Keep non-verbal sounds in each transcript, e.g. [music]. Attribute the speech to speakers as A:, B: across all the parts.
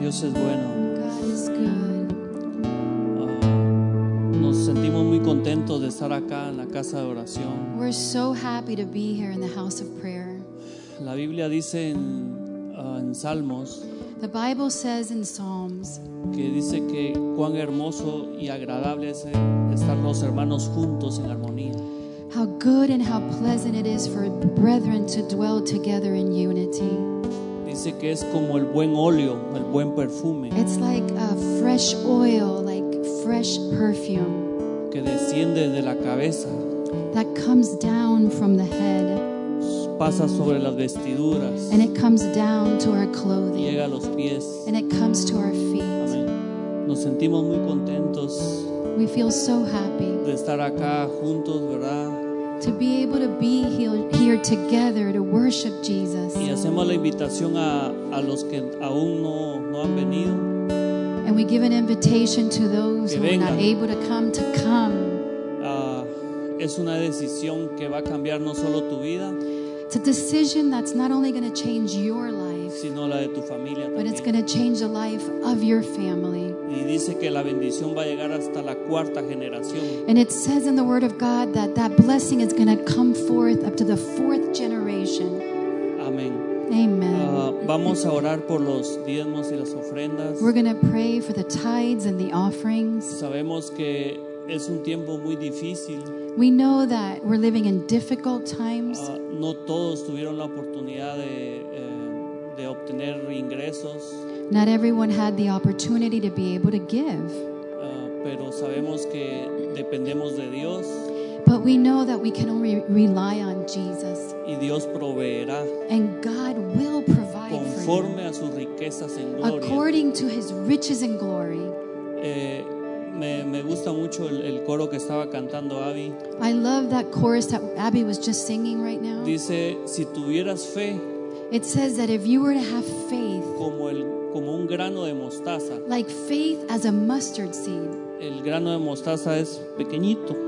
A: Dios es bueno.
B: God is good.
A: Ah, nos sentimos muy contentos de estar acá en la casa de oración.
B: We're so happy to be here in the house of prayer.
A: La Biblia dice en, ah, en Salmos
B: The Bible says in Psalms
A: que dice que cuán hermoso y agradable es eh, estar los hermanos juntos en armonía.
B: how good and how pleasant it is for brethren to dwell together in unity.
A: Dice que es como el buen óleo, el buen perfume
B: It's like a fresh oil, like fresh perfume
A: que desciende de la cabeza,
B: that comes down from the head
A: pasa sobre las vestiduras
B: and it comes down to our
A: y
B: clothing
A: llega a los pies.
B: and it comes to our feet.
A: Amén. Nos sentimos muy contentos
B: We feel so happy
A: de estar acá juntos, ¿verdad?
B: to be able to be heal- here together to worship Jesus.
A: Y hacemos la invitación a, a los que aún no, no han venido
B: And we give an invitation to those
A: Que
B: who are not
A: vengan.
B: able to come to come.
A: Ah, es una decisión que va a cambiar no solo tu vida,
B: It's a decision that's not only going to change your life,
A: sino la de tu familia
B: but it's
A: también.
B: going to change the life of your family.
A: Y dice que la bendición va a llegar hasta la cuarta generación.
B: And it says in the Word of God that that blessing is going to come forth up to the fourth generation.
A: Amén.
B: Amen.
A: Ah, vamos a orar por los diezmos y las ofrendas.
B: We're going to pray for the tithes and the offerings.
A: Sabemos que es un tiempo muy difícil.
B: We know that we're living in difficult times.
A: Ah, no todos tuvieron la oportunidad de, eh, de obtener ingresos.
B: Not everyone had the opportunity to be able to give.
A: Ah, pero sabemos que dependemos de Dios
B: But we know that we can only rely on Jesus.
A: y Dios proveerá
B: And God will provide for you
A: conforme a sus riquezas en gloria.
B: according to his riches and glory.
A: Eh, me, me gusta mucho el, el coro que estaba cantando Abby.
B: I love that chorus that Abby was just singing right now.
A: Dice, si tuvieras fe
B: It says that if you were to have faith,
A: como, el, como un grano de mostaza,
B: like faith as a mustard seed.
A: el grano de mostaza es pequeñito,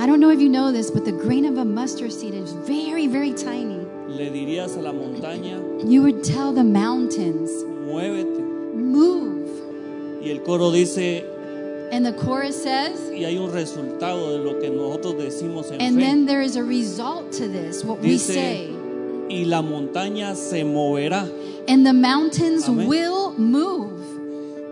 B: I don't know if you know this, but the grain of a mustard seed is very, very tiny.
A: le dirías a la montaña,
B: You would tell the mountains,
A: muévete.
B: move.
A: Y el coro dice,
B: And the chorus says,
A: y hay un resultado de lo que nosotros decimos en
B: and
A: fe.
B: then there is a result to this, what we
A: Dice,
B: say.
A: y la montaña se moverá.
B: And the mountains
A: Amén.
B: will move.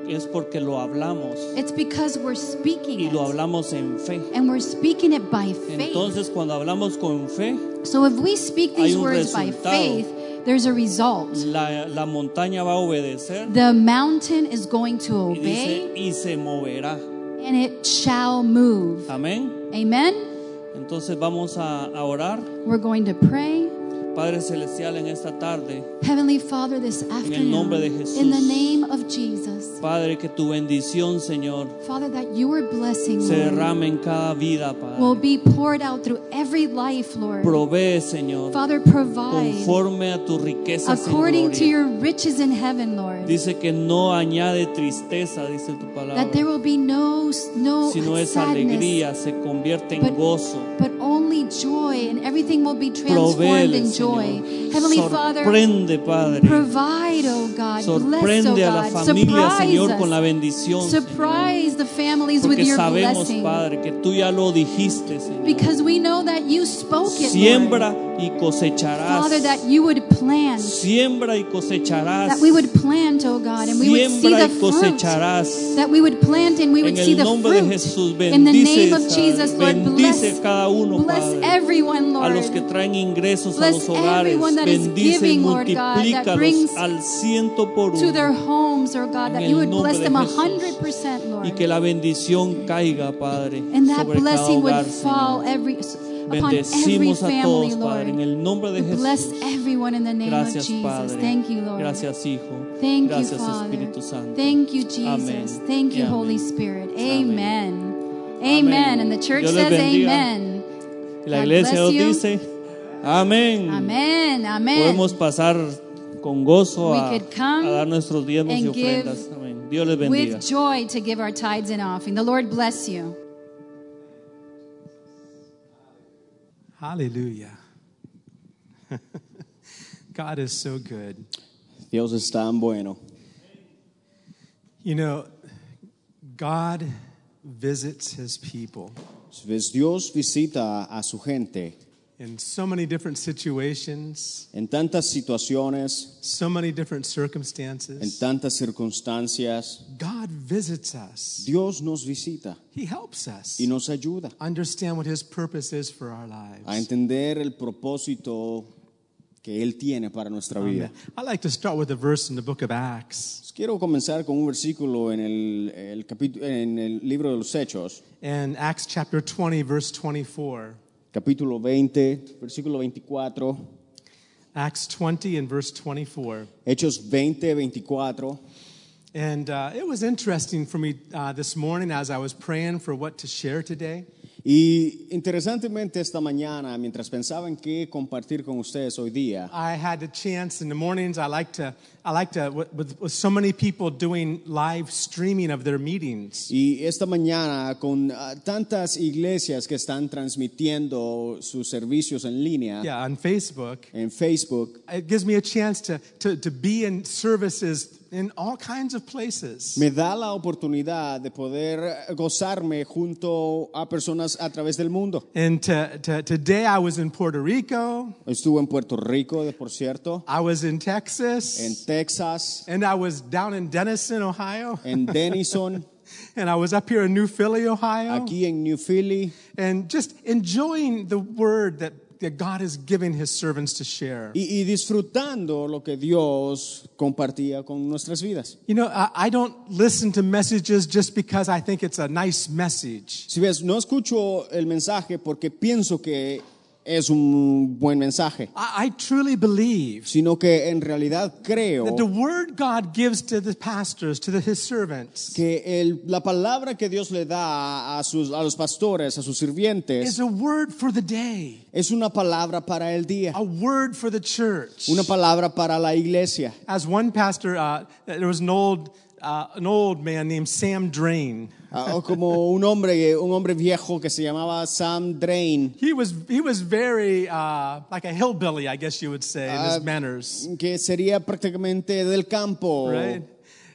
A: Es porque lo hablamos
B: It's because we're speaking
A: y
B: it.
A: lo hablamos en fe.
B: And we're speaking it by faith.
A: Entonces cuando hablamos con fe,
B: so if we speak these
A: hay un
B: words by
A: resultado.
B: faith, there's a result.
A: la, la montaña va a obedecer
B: The mountain is going to
A: y dice,
B: obey
A: y se moverá.
B: and it shall move.
A: Amén.
B: Amen.
A: Entonces vamos a, a orar.
B: We're going to pray.
A: Padre Celestial, en esta tarde,
B: Heavenly Father, this afternoon,
A: nombre de
B: in the
A: Jesús.
B: name of Jesus,
A: Padre, que tu bendición, Señor,
B: Father, that your blessing
A: se
B: Lord,
A: derrame en cada vida,
B: will
A: Padre.
B: be poured out through every life, Lord.
A: Provee, Señor,
B: Father, provide
A: conforme a tu riqueza.
B: according to your riches in heaven, Lord.
A: Dice que no añade tristeza, dice tu palabra,
B: that there will be no no
A: sino es
B: sadness,
A: alegría, se convierte en
B: but-
A: gozo.
B: but only joy, and everything will be transformed
A: Provee,
B: in joy. Heavenly Father,
A: sorprende, Padre,
B: provide, oh God, bless, oh
A: sorprende a la
B: God,
A: familia,
B: surprise
A: Señor, con la
B: us,
A: bendición, Señor.
B: surprise the families with
A: porque
B: your
A: sabemos,
B: blessing,
A: Padre, que tú ya lo dijiste, Señor.
B: because we know that you spoke it, Lord.
A: Siembra y cosecharás.
B: Father, that you would plant,
A: Siembra y cosecharás.
B: that we would plant, oh God, and we would see
A: Siembra
B: the
A: y
B: fruit.
A: cosecharás.
B: That we would plant and we would
A: En
B: see
A: el
B: the
A: nombre de
B: fruit.
A: Jesús,
B: In the
A: bendice,
B: name of Jesus,
A: esa-
B: Lord, bless,
A: bendice cada uno,
B: bless
A: Padre.
B: everyone,
A: a
B: Lord.
A: los que traen ingresos a
B: Bless
A: los hogares,
B: everyone that is
A: bendice y
B: giving, Lord God, that brings
A: multiplícalos al ciento por
B: to their
A: uno
B: homes, or God,
A: En
B: that
A: el
B: you would
A: nombre
B: bless
A: de
B: them a
A: Jesús.
B: hundred percent, Lord.
A: y que la bendición caiga, Padre,
B: and that
A: sobre cada
B: blessing
A: hogar,
B: would fall
A: Señor.
B: every upon every
A: Bendecimos a
B: family,
A: todos, Padre, en
B: Lord.
A: el nombre de
B: Bless
A: Jesús.
B: everyone in the name of
A: Gracias,
B: Jesus.
A: Padre.
B: Thank you, Lord.
A: Gracias, Hijo.
B: Thank you,
A: Gracias,
B: Father.
A: Espíritu Santo.
B: Thank you,
A: Amén.
B: Jesus. Thank you,
A: Y amén.
B: Holy Spirit.
A: Amén.
B: Amen.
A: Amén.
B: Amen. And the church
A: Dios les
B: says
A: bendiga.
B: amen.
A: Y la
B: God
A: iglesia nos
B: bless you.
A: dice, amén.
B: Amen. Amen.
A: Mm. Podemos pasar con gozo
B: We
A: a,
B: could come
A: a dar nuestros diezmos y
B: and give
A: ofrendas. Amén. Dios les bendiga.
B: With joy to give our tithes and offering. The Lord bless you.
C: Hallelujah. [laughs] God is so good.
D: Dios es tan bueno.
C: You know, God visits his people
D: Ves, Pues Dios visita a su gente
C: in so many different situations,
D: en tantas situaciones,
C: so many different
D: en
C: circumstances.
D: tantas circunstancias.
C: God visits us,
D: Dios nos visita
C: He helps us
D: y nos ayuda
C: understand what His purpose is for our
D: a
C: lives.
D: entender el propósito que Él tiene para nuestra vida. Pues
C: I like to start with a verse in the book of Acts.
D: Quiero comenzar con un versículo en el, el capítu- en el libro de los Hechos,
C: In Acts chapter 20, verse 24.
D: capítulo 20, versículo 24,
C: Acts 20 and verse 24.
D: Hechos 20, 24.
C: And uh, it was interesting for me uh, this morning as I was praying for what to share today.
D: Y interesantemente esta mañana, mientras pensaba en qué compartir con ustedes hoy día,
C: I had a chance in the mornings. I like to, I like to, with- with, with so many people doing live streaming of their meetings.
D: y esta mañana con ah, tantas iglesias que están transmitiendo sus servicios en línea,
C: Yeah, on Facebook.
D: en Facebook,
C: It gives me a chance to, to, to be in services in all kinds of places.
D: me da la oportunidad de poder gozarme junto a personas a través del mundo.
C: And to, to, today I was in Puerto Rico,
D: Estuve en Puerto Rico, de por cierto,
C: I was in
D: en
C: Texas,
D: Texas,
C: and I was down in Denison, Ohio,
D: en Denison,
C: [laughs] and I was up here in New Philly, Ohio,
D: aquí en New Philly,
C: and just enjoying the word that, that God is giving his servants to share.
D: y, y disfrutando lo que Dios compartía con nuestras vidas.
C: You know, I, I don't listen to messages just because I think it's a nice message.
D: Si ves, no escucho el mensaje porque pienso que es un buen mensaje,
C: I, I truly believe
D: sino que en realidad creo
C: that the word God gives to the pastors, to the, his servants,
D: que el- la palabra que Dios le da a, sus, a los pastores, a sus
C: is
D: sirvientes,
C: a word for the day,
D: es una palabra para el día,
C: a word for the church.
D: una palabra para la iglesia.
C: As one pastor, uh, there was an old, uh, an old man named Sam Drain.
D: Ah, o como un hombre, un hombre viejo que se llamaba Sam Drain,
C: He was, he was very uh, like a hillbilly, I guess you would say, in his
D: Uh,
C: manners,
D: que sería prácticamente del campo.
C: right?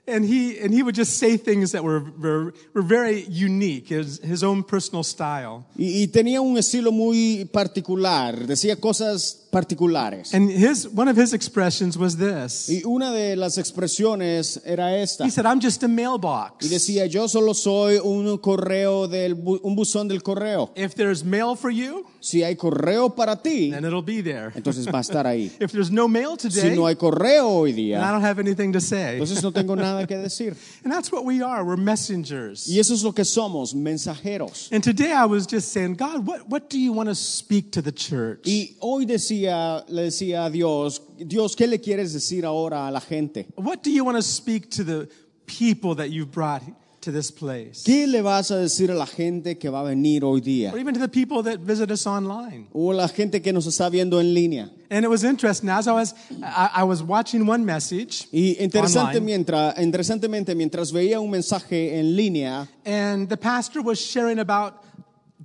C: And he, and he would just say things that were, were, were very unique, his, his own personal style.
D: Y, y tenía un estilo muy particular, decía cosas particulares.
C: And his, one of his expressions was this
D: Y una de las expresiones era esta.
C: He said, I'm just a
D: Y
C: mailbox.
D: decía, yo solo soy un correo del bu- un buzón del correo.
C: If there's mail for you,
D: Si hay correo para ti,
C: then it'll be there.
D: entonces va a estar ahí.
C: If there's no mail
D: Si
C: today,
D: no hay correo hoy
C: then I
D: día,
C: don't have anything to say.
D: entonces no tengo nada que decir.
C: And that's what we are. We're messengers.
D: Y eso es lo que somos, mensajeros.
C: And today I was just saying, God, what, what do you want to speak to the church?
D: Y hoy decía, le decía a Dios, Dios, ¿qué le quieres decir ahora a la gente?
C: What do you want to speak to the people that you've brought to this place?
D: ¿Qué le vas a decir a la gente que va a venir hoy día?
C: Or even to the people that visit us online.
D: O la gente que nos está viendo en línea.
C: And it was interesting. As I was, I, I was watching one message,
D: Y interesante
C: Online.
D: mientras, interesantemente, mientras veía un mensaje en línea
C: and the pastor was sharing about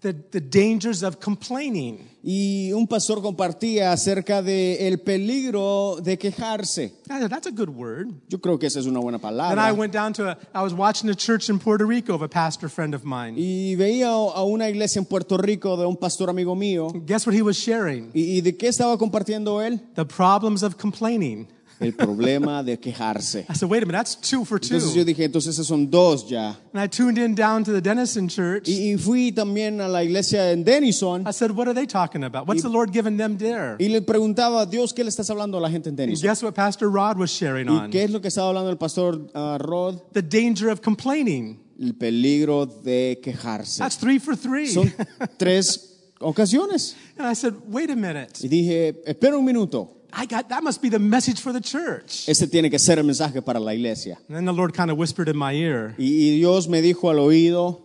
C: the, the dangers of complaining.
D: y un pastor compartía acerca de el peligro de quejarse.
C: I said, That's a good word.
D: Yo creo que esa es una buena
C: And I
D: palabra.
C: went down to a, I was watching a church in Puerto Rico of a pastor friend of mine.
D: Y veía a una iglesia en Puerto Rico de un pastor amigo mío.
C: Guess what he was sharing?
D: ¿Y, y de qué estaba compartiendo él?
C: The problems of complaining.
D: El problema de quejarse.
C: I said, wait a minute, that's [laughs] two for two.
D: Entonces yo dije, entonces esos son dos ya.
C: And I tuned in down to the Denison church.
D: Y, y fui también a la iglesia en Denison
C: I said, what are they talking about? What's the Lord giving them there?
D: y le preguntaba a Dios, ¿qué le estás hablando a la gente en
C: And
D: Denison?
C: guess what Pastor Rod was sharing
D: ¿Y
C: on?
D: qué es lo que estaba hablando el pastor ah, Rod?
C: The danger of complaining.
D: el peligro de quejarse.
C: That's three for three.
D: Son tres ocasiones.
C: [laughs] and I said, wait a minute.
D: Y dije, espera un minuto,
C: I got that must be the message for the church.
D: este tiene que ser el mensaje para la iglesia.
C: And then the Lord kind of whispered in my ear,
D: Y, y Dios me dijo al oído,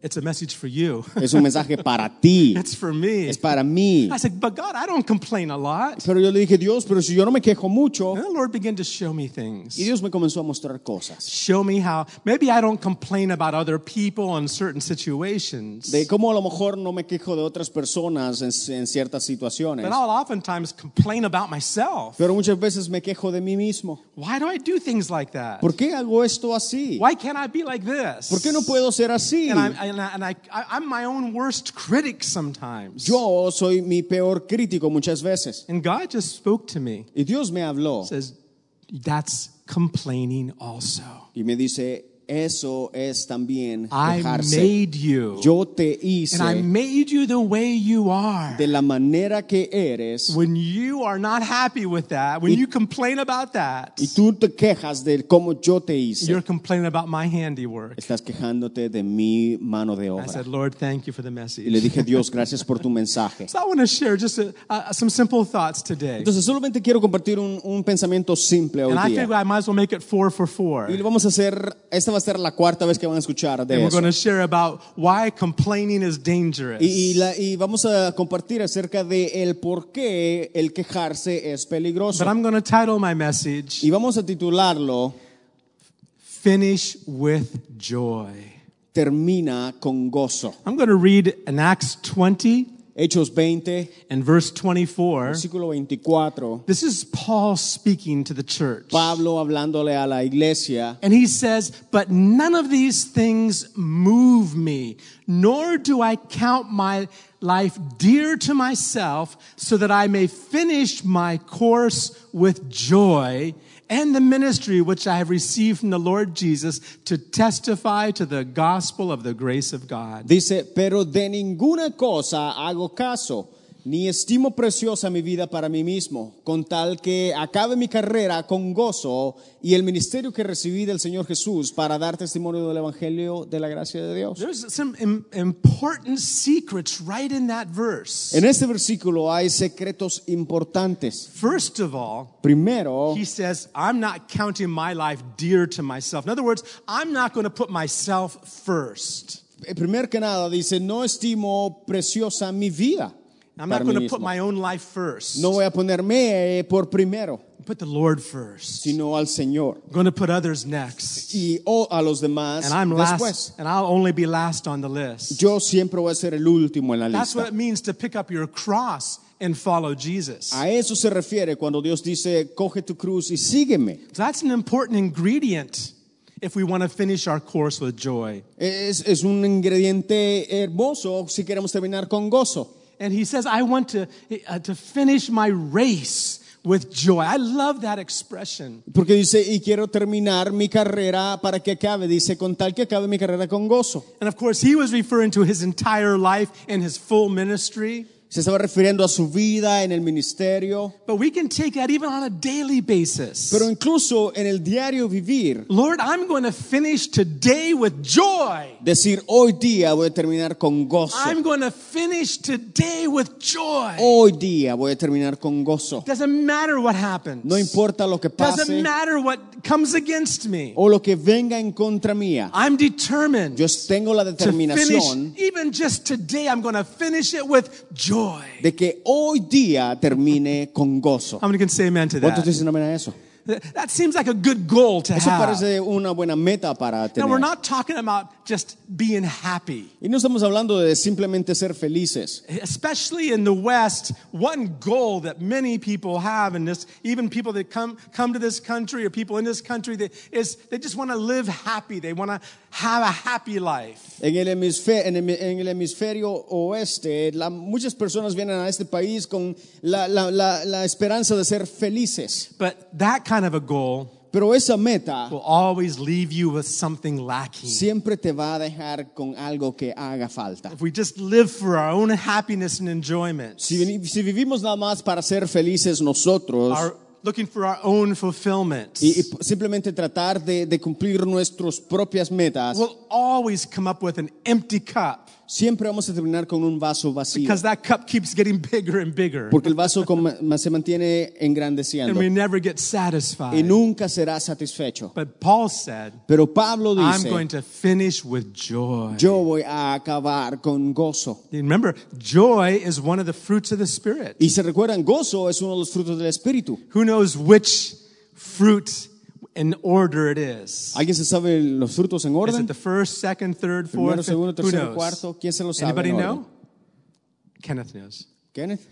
C: It's a message for you. [laughs]
D: Es un mensaje para ti.
C: it's for me.
D: Es para mí.
C: I said, but God, I don't complain a lot.
D: Pero yo le dije, Dios, pero si yo no me quejo mucho.
C: And the Lord began to show me things.
D: Y Dios me comenzó a mostrar cosas.
C: Show me how. Maybe I don't complain about other people in certain situations.
D: De cómo a lo mejor no me quejo de otras personas en, en ciertas situaciones.
C: But I'll oftentimes complain about myself.
D: Pero muchas veces me quejo de mí mismo.
C: Why do I do things like that?
D: ¿Por qué hago esto así?
C: Why can't I be like this?
D: ¿Por qué no puedo ser así?
C: And, I'm, and, I, and I, I, I'm my own worst critic sometimes.
D: Yo soy mi peor crítico muchas veces.
C: And God just spoke to me.
D: Y Dios me habló
C: Says, that's complaining also.
D: y me dice, eso es también
C: I
D: quejarse.
C: made you.
D: Yo te
C: And I
D: hice
C: made you the way you are.
D: de la manera que eres
C: When you are not happy with that, when you complain about that,
D: y tú te quejas de cómo yo te hice.
C: you're complaining about my handiwork.
D: Estás quejándote de mi mano
C: I
D: de obra.
C: said, Lord, thank you for the
D: Y le
C: message.
D: dije, Dios, gracias por tu
C: [laughs]
D: mensaje.
C: So I want to share just a, uh, some simple thoughts today.
D: Entonces, solamente quiero compartir un, un pensamiento simple hoy
C: And I
D: día.
C: figure I might as well make it four for four.
D: Y lo vamos a hacer, esta va a ser la cuarta vez que van a escuchar
C: And
D: de
C: we're
D: eso.
C: going to share about why complaining is dangerous.
D: Y, y la- y vamos a compartir acerca de el por qué el quejarse es peligroso.
C: But I'm going to title my message
D: Y vamos a titularlo
C: Finish with Joy.
D: Termina con gozo.
C: I'm going to read in Acts 20
D: Hechos 20,
C: and verse 24.
D: versículo 24.
C: This is Paul speaking to the church.
D: Pablo hablándole a la iglesia
C: And he says, But none of these things move me, nor do I count my life dear to myself, so that I may finish my course with joy and the ministry which I have received from the Lord Jesus to testify to the gospel of the grace of God.
D: dice, pero de ninguna cosa hago caso, ni estimo preciosa mi vida para mí mismo, con tal que acabe mi carrera con gozo y el ministerio que recibí del Señor Jesús para dar testimonio del Evangelio de la gracia de Dios.
C: There's some im- important secrets right in that verse.
D: En este versículo hay secretos importantes.
C: First of all,
D: Primero,
C: He says, I'm not counting my life dear to myself. In other words, I'm not going to put myself first.
D: eh, primer que nada, dice, no estimo preciosa mi vida.
C: I'm
D: para
C: not
D: mí
C: going to
D: mismo.
C: put my own life first.
D: No voy a ponerme eh, por primero,
C: Put the Lord first.
D: sino al Señor
C: I'm going to put others next.
D: y o a los demás
C: And I'm
D: después.
C: last, and I'll only be last on the list.
D: Yo siempre voy a ser el último en la
C: That's what
D: lista.
C: it means to pick up your cross and follow Jesus.
D: A eso se refiere cuando Dios dice, coge tu cruz y sígueme.
C: That's an important ingredient if we want to finish our course with joy.
D: Es, es un ingrediente hermoso si queremos terminar con gozo.
C: And he says, I want to, uh, to finish my race with joy. I love that expression.
D: Porque dice, y quiero terminar mi carrera para que acabe. Dice, con tal que acabe mi carrera con gozo.
C: And of course, he was referring to his entire life and his full ministry.
D: Se estaba refiriendo a su vida en el ministerio,
C: But we can take that even on a daily basis.
D: pero incluso en el diario vivir.
C: Lord, I'm going to finish today with joy.
D: Decir, hoy día voy a terminar con gozo.
C: I'm going to finish today with joy.
D: Hoy día voy a terminar con gozo.
C: Doesn't matter what happens.
D: No importa lo que
C: Doesn't
D: pase
C: matter what comes against me.
D: o lo que venga en contra mía.
C: I'm determined
D: Yo tengo la
C: to finish,
D: determinación
C: even just today, I'm going to finish it with joy.
D: de que hoy día termine con gozo.
C: How many can say amen to
D: ¿Cuántos
C: that?
D: dicen amén a eso?
C: That seems like a good goal to
D: Eso
C: have.
D: parece una buena meta para
C: Now, Ah. we're
D: tener.
C: not talking about just being happy.
D: Y no estamos hablando de simplemente ser felices.
C: Especially in the West, one goal that many people have, and this, even people that come, come to this country or people in this country, they, is they just want to live happy. They want to have a happy life.
D: En el, hemisfe- en el- en el hemisferio oeste, la- muchas personas vienen a este país con la, la- la- la esperanza de ser felices.
C: But that kind of a goal
D: Pero esa meta
C: will always leave you with something lacking.
D: siempre te va a dejar con algo que haga falta.
C: If we just live for our own happiness and enjoyment,
D: Si, veni- si vivimos nada más para ser felices nosotros,
C: our, looking for our own fulfillment.
D: y, y simplemente tratar de, de cumplir nuestras propias metas,
C: We'll always come up with an empty cup
D: siempre vamos a terminar con un vaso vacío.
C: because that cup keeps getting [laughs] bigger and bigger.
D: Porque el vaso com- se mantiene
C: And
D: engrandeciendo
C: we never get
D: y
C: satisfied.
D: nunca será satisfecho.
C: But Paul said,
D: Pero Pablo
C: I'm going to
D: dice,
C: finish with joy.
D: yo voy a acabar con gozo.
C: Remember, joy is one of the fruits of the Spirit.
D: Y se recuerdan, gozo es uno de los frutos del Espíritu.
C: Who knows which fruit in order it is?
D: ¿Alguien se sabe los frutos en
C: Is
D: orden?
C: it the first, second, third,
D: Primero,
C: fourth?
D: segundo,
C: Who
D: tercero,
C: knows?
D: cuarto. ¿Quién se lo sabe
C: Anybody
D: en orden?
C: know? Kenneth knows.
D: Kenneth.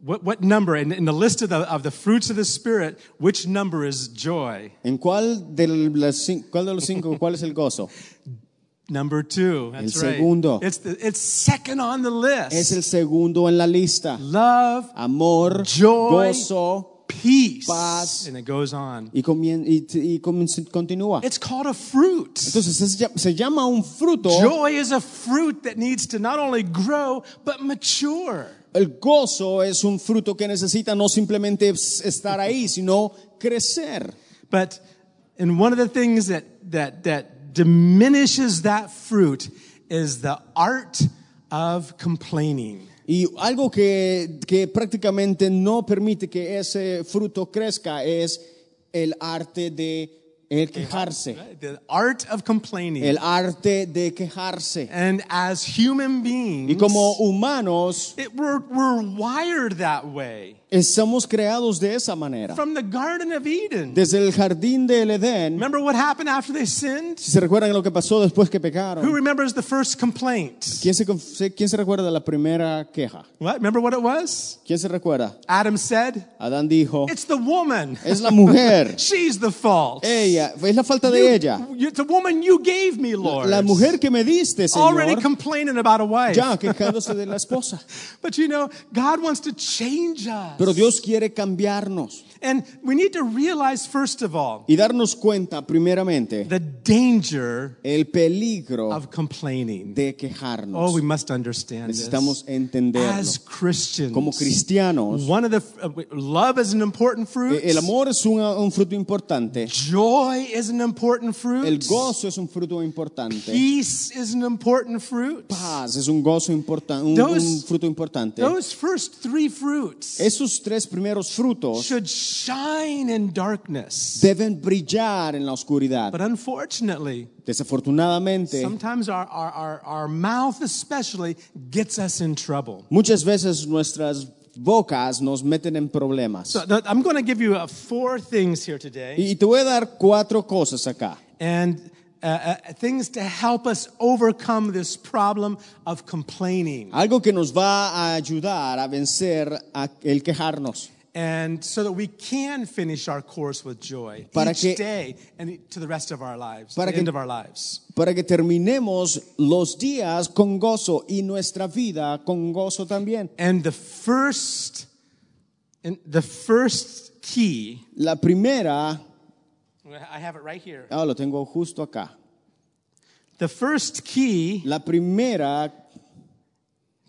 C: What, what number in, in the list of the, of the fruits of the Spirit, which number is joy?
D: ¿En cuál de, las cin- cuál de los
C: [laughs]
D: cinco, cuál es el gozo?
C: Number two. That's right.
D: segundo.
C: It's, the, it's second on the list.
D: Es el Ah, segundo en la lista.
C: Love,
D: Amor,
C: Joy.
D: gozo,
C: peace.
D: Paz.
C: And it goes on.
D: y, comien- y- y comen- continúa.
C: It's called a fruit.
D: Entonces es ya- se llama un fruto.
C: Joy is a fruit that needs to not only grow, but mature.
D: El gozo es un fruto que necesita no simplemente s- estar ahí, sino crecer.
C: But and one of the things that that that diminishes that fruit is the art of complaining.
D: Y algo que, que prácticamente no permite que ese fruto crezca es el arte de el quejarse.
C: right? The art of complaining.
D: El arte de quejarse.
C: and as human beings,
D: Y como humanos
C: it, we're, we're wired that way
D: estamos creados de esa manera.
C: from the Garden of Eden.
D: Desde el jardín del Edén,
C: Remember what happened after they sinned?
D: si se recuerdan lo que pasó después que
C: Who
D: pecaron,
C: remembers the first complaint?
D: ¿quién se, conf- se- quién se recuerda de la primera queja?
C: What? Remember what it was?
D: ¿Quién se recuerda?
C: Adam said,
D: Adán dijo,
C: It's the woman.
D: es la mujer,
C: She's the fault.
D: ella, es la falta
C: You-
D: de ella.
C: you- the woman you gave me, Lord.
D: La mujer que me diste,
C: already
D: Señor,
C: complaining about a wife.
D: ya quejándose de la esposa.
C: But you know, God wants to change us.
D: Pero Dios quiere cambiarnos
C: And we need to realize, first of all,
D: y darnos cuenta, primeramente,
C: the danger
D: el peligro
C: of complaining.
D: de
C: Oh, we
D: quejarnos.
C: must understand this.
D: Necesitamos entenderlo.
C: As Christians,
D: Como cristianos,
C: one of the uh, love is an important fruit.
D: E, el amor es un, un fruto importante.
C: Joy is an important fruit.
D: El gozo es un fruto importante.
C: Peace is an important fruit.
D: Paz es un gozo importante, un,
C: Those-
D: un fruto importante.
C: Those first three fruits
D: Esos tres primeros frutos
C: should shine in darkness.
D: deben brillar en la oscuridad.
C: But unfortunately,
D: Desafortunadamente,
C: sometimes our, our, our, our mouth especially gets us in trouble.
D: muchas veces nuestras bocas nos meten en problemas.
C: So th- I'm going to give you uh, four things here today
D: Y y te voy a dar cuatro cosas acá.
C: and uh, uh, things to help us overcome this problem of complaining
D: Algo que nos va a ayudar a vencer a el quejarnos.
C: and so that we can finish our course with joy
D: Para
C: each
D: que-
C: day and to the rest of our lives,
D: Para
C: the
D: que-
C: end of our lives.
D: Para que terminemos los días con gozo y nuestra vida con gozo también.
C: And the first, and the first key,
D: La primera,
A: I have it right here.
D: ah, lo tengo justo acá.
C: the first key
D: La primera,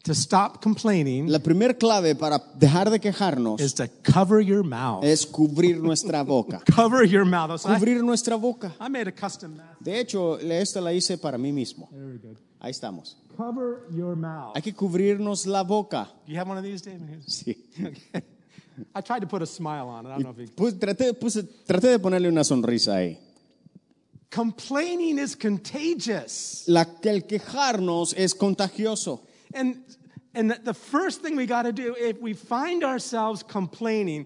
C: to stop complaining
D: la primera clave para dejar de quejarnos
C: is to cover your mouth.
D: es cubrir
C: [laughs]
D: nuestra boca.
C: cover your mouth. I, was like,
D: Cubrir nuestra boca.
C: I made a custom mask.
D: De hecho, esta la hice para mí mismo. Ahí estamos.
C: Cover your mouth.
D: Hay que cubrirnos la boca. [laughs]
C: You have one of these, David?
D: Sí.
C: I tried to put a smile on it. I don't know if you.
D: Pues, traté, puse- traté de ponerle una sonrisa ahí.
C: Complaining is contagious,
D: La, el quejarnos es contagioso.
C: and and the- the first thing we got to do if we find ourselves complaining,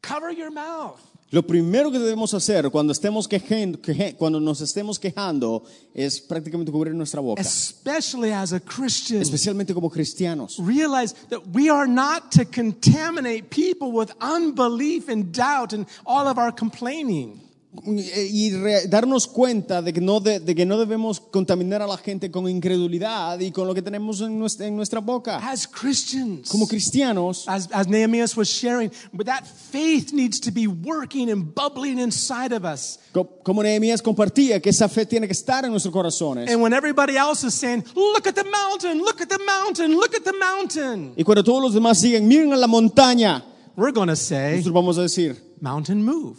C: cover your mouth.
D: Lo primero que debemos hacer cuando, estemos quejando, cuando nos estemos quejando es prácticamente cubrir nuestra boca.
C: Especially as a Christian,
D: Especialmente como cristianos.
C: realize that we are not to contaminate people with unbelief and doubt and all of our complaining.
D: y re- darnos cuenta de que, no de, de que no debemos contaminar a la gente con incredulidad y con lo que tenemos en nuestra, en nuestra boca.
C: As Christians,
D: Como cristianos,
C: as, as Nehemiah was sharing, but that faith needs to be working and bubbling inside of us.
D: co- como Nehemías compartía, que esa fe tiene que estar en nuestros corazones.
C: And when everybody else is saying, look at the mountain, look at the mountain, look at the mountain,
D: Y cuando todos los demás digan, miren a la montaña,
C: We're going to say,
D: Nosotros vamos a decir,
C: Mountain, move.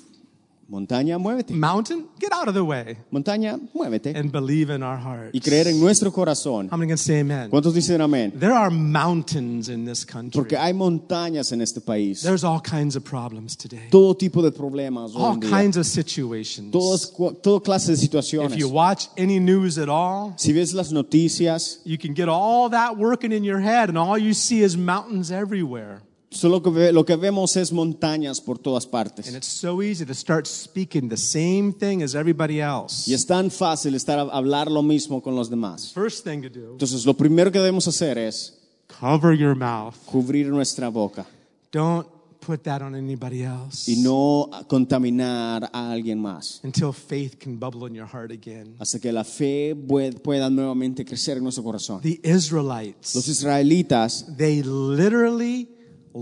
D: montaña, muévete.
C: Mountain, get out of the way.
D: Montaña, muévete.
C: And believe in our hearts.
D: Y creer en nuestro corazón.
C: How many can say amen?
D: ¿Cuántos dicen amén?
C: There are mountains in this country.
D: Porque hay montañas en este país.
C: There's all kinds of problems today,
D: Todo tipo de problemas hoy
C: all
D: en día.
C: kinds of situations.
D: Todas, cu- toda clase de
C: If
D: situaciones.
C: you watch any news at all,
D: Si ves las noticias,
C: you can get all that working in your head, and all you see is mountains everywhere.
D: solo que ve- lo que vemos es montañas por todas
C: And
D: partes.
C: it's so easy to start speaking the same thing as everybody else.
D: Y es tan fácil estar a hablar lo mismo con los demás.
C: First thing to do
D: Entonces, lo primero que debemos hacer es
C: cover your mouth.
D: cubrir nuestra boca
C: Don't put that on anybody else
D: y no contaminar a alguien más.
C: until faith can bubble in your heart again.
D: Hasta que la fe pue- pueda nuevamente crecer en nuestro corazón.
C: The
D: Los
C: Israelites,
D: israelitas
C: they literally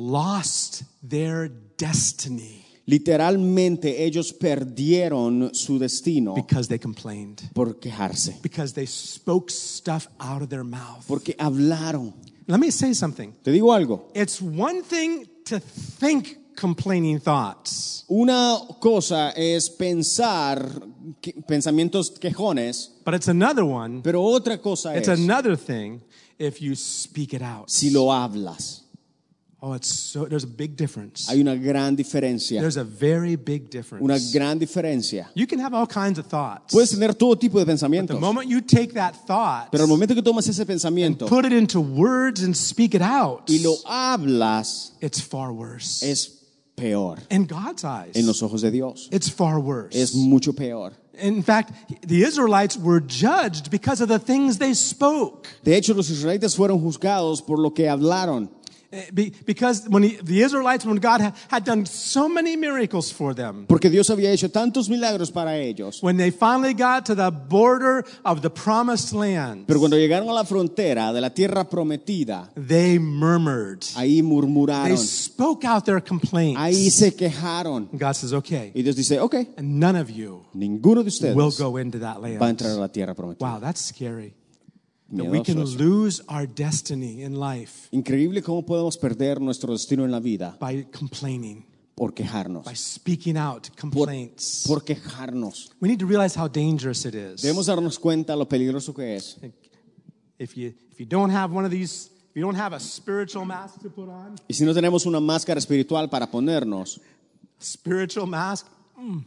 C: lost their destiny
D: Literalmente ellos perdieron su destino
C: because they complained,
D: por quejarse,
C: because they spoke stuff out of their mouth.
D: porque hablaron.
C: Let me say something.
D: Te digo algo,
C: It's one thing to think complaining thoughts,
D: una cosa es pensar que- pensamientos quejones,
C: but it's another one,
D: pero otra cosa
C: it's
D: es
C: another thing if you speak it out.
D: si lo hablas.
C: Oh, it's so there's a big difference.
D: Hay una gran diferencia,
C: There's a very big
D: una
C: difference.
D: gran diferencia.
C: You can have all kinds of thoughts.
D: Puedes tener todo tipo de
C: The
D: pensamientos,
C: moment you take that thought,
D: pero al momento que tomas ese pensamiento
C: put it into words and speak it out,
D: y lo hablas,
C: it's far worse.
D: es peor
C: In God's eyes,
D: en los ojos de Dios.
C: it's far worse.
D: Es mucho peor.
C: In fact, the Israelites were judged because of the things they spoke.
D: De hecho, los israelitas fueron juzgados por lo que hablaron.
C: Eh, be- Because when he- the Israelites, when God ha- had done so many miracles for them,
D: Porque Dios había hecho tantos milagros para ellos.
C: when they finally got to the border of the promised land,
D: Pero cuando llegaron a la frontera de la tierra prometida,
C: they murmured.
D: ahí
C: They
D: murmuraron,
C: spoke out their
D: ahí
C: complaints.
D: se quejaron.
C: And God says, okay,
D: Y Dios dice, ok,
C: and none of you
D: ninguno de
C: will
D: ustedes
C: go into that
D: va a entrar a
C: land.
D: la tierra prometida.
C: Wow, that's scary. That we
D: Miedoso
C: can
D: eso.
C: lose our destiny in life
D: Increíble cómo podemos perder nuestro destino en la vida
C: by complaining,
D: por quejarnos.
C: by speaking out
D: Por,
C: complaints.
D: por quejarnos.
C: We need to realize how dangerous it is.
D: Debemos darnos cuenta lo peligroso que es.
C: If you if you don't have one of these, if you don't have a spiritual mask to put on,
D: Y si no tenemos una máscara espiritual para ponernos,
C: spiritual mask, mm,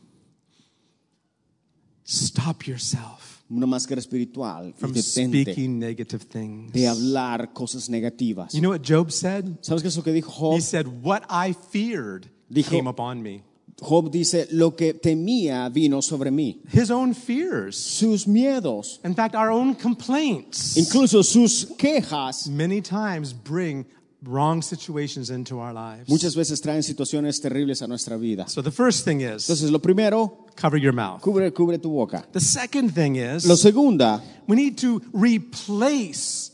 C: stop yourself
D: una máscara espiritual, y
C: from
D: detente
C: speaking negative things.
D: de hablar cosas negativas.
C: You know what Job said?
D: ¿Sabes qué es lo que dijo Job?
C: He said, "What I feared
D: Dijo-
C: came upon me."
D: Job dice, lo que temía vino sobre mí.
C: His own fears,
D: Sus miedos,
C: in fact, our own complaints,
D: incluso sus quejas,
C: many times bring wrong situations into our lives.
D: muchas veces traen situaciones terribles a nuestra vida.
C: So the first thing is
D: Entonces, lo primero,
C: cover your mouth.
D: cubre, cubre tu boca.
C: The second thing is
D: Lo segunda,
C: We need to replace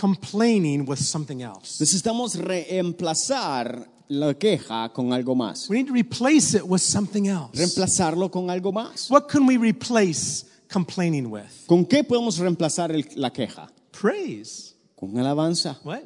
C: complaining with something else.
D: necesitamos reemplazar la queja con algo más.
C: We need to replace it with something else.
D: Reemplazarlo con algo más.
C: What can we replace complaining with?
D: ¿Con qué podemos reemplazar el- la queja?
C: Praise.
D: Con alabanza,
C: What?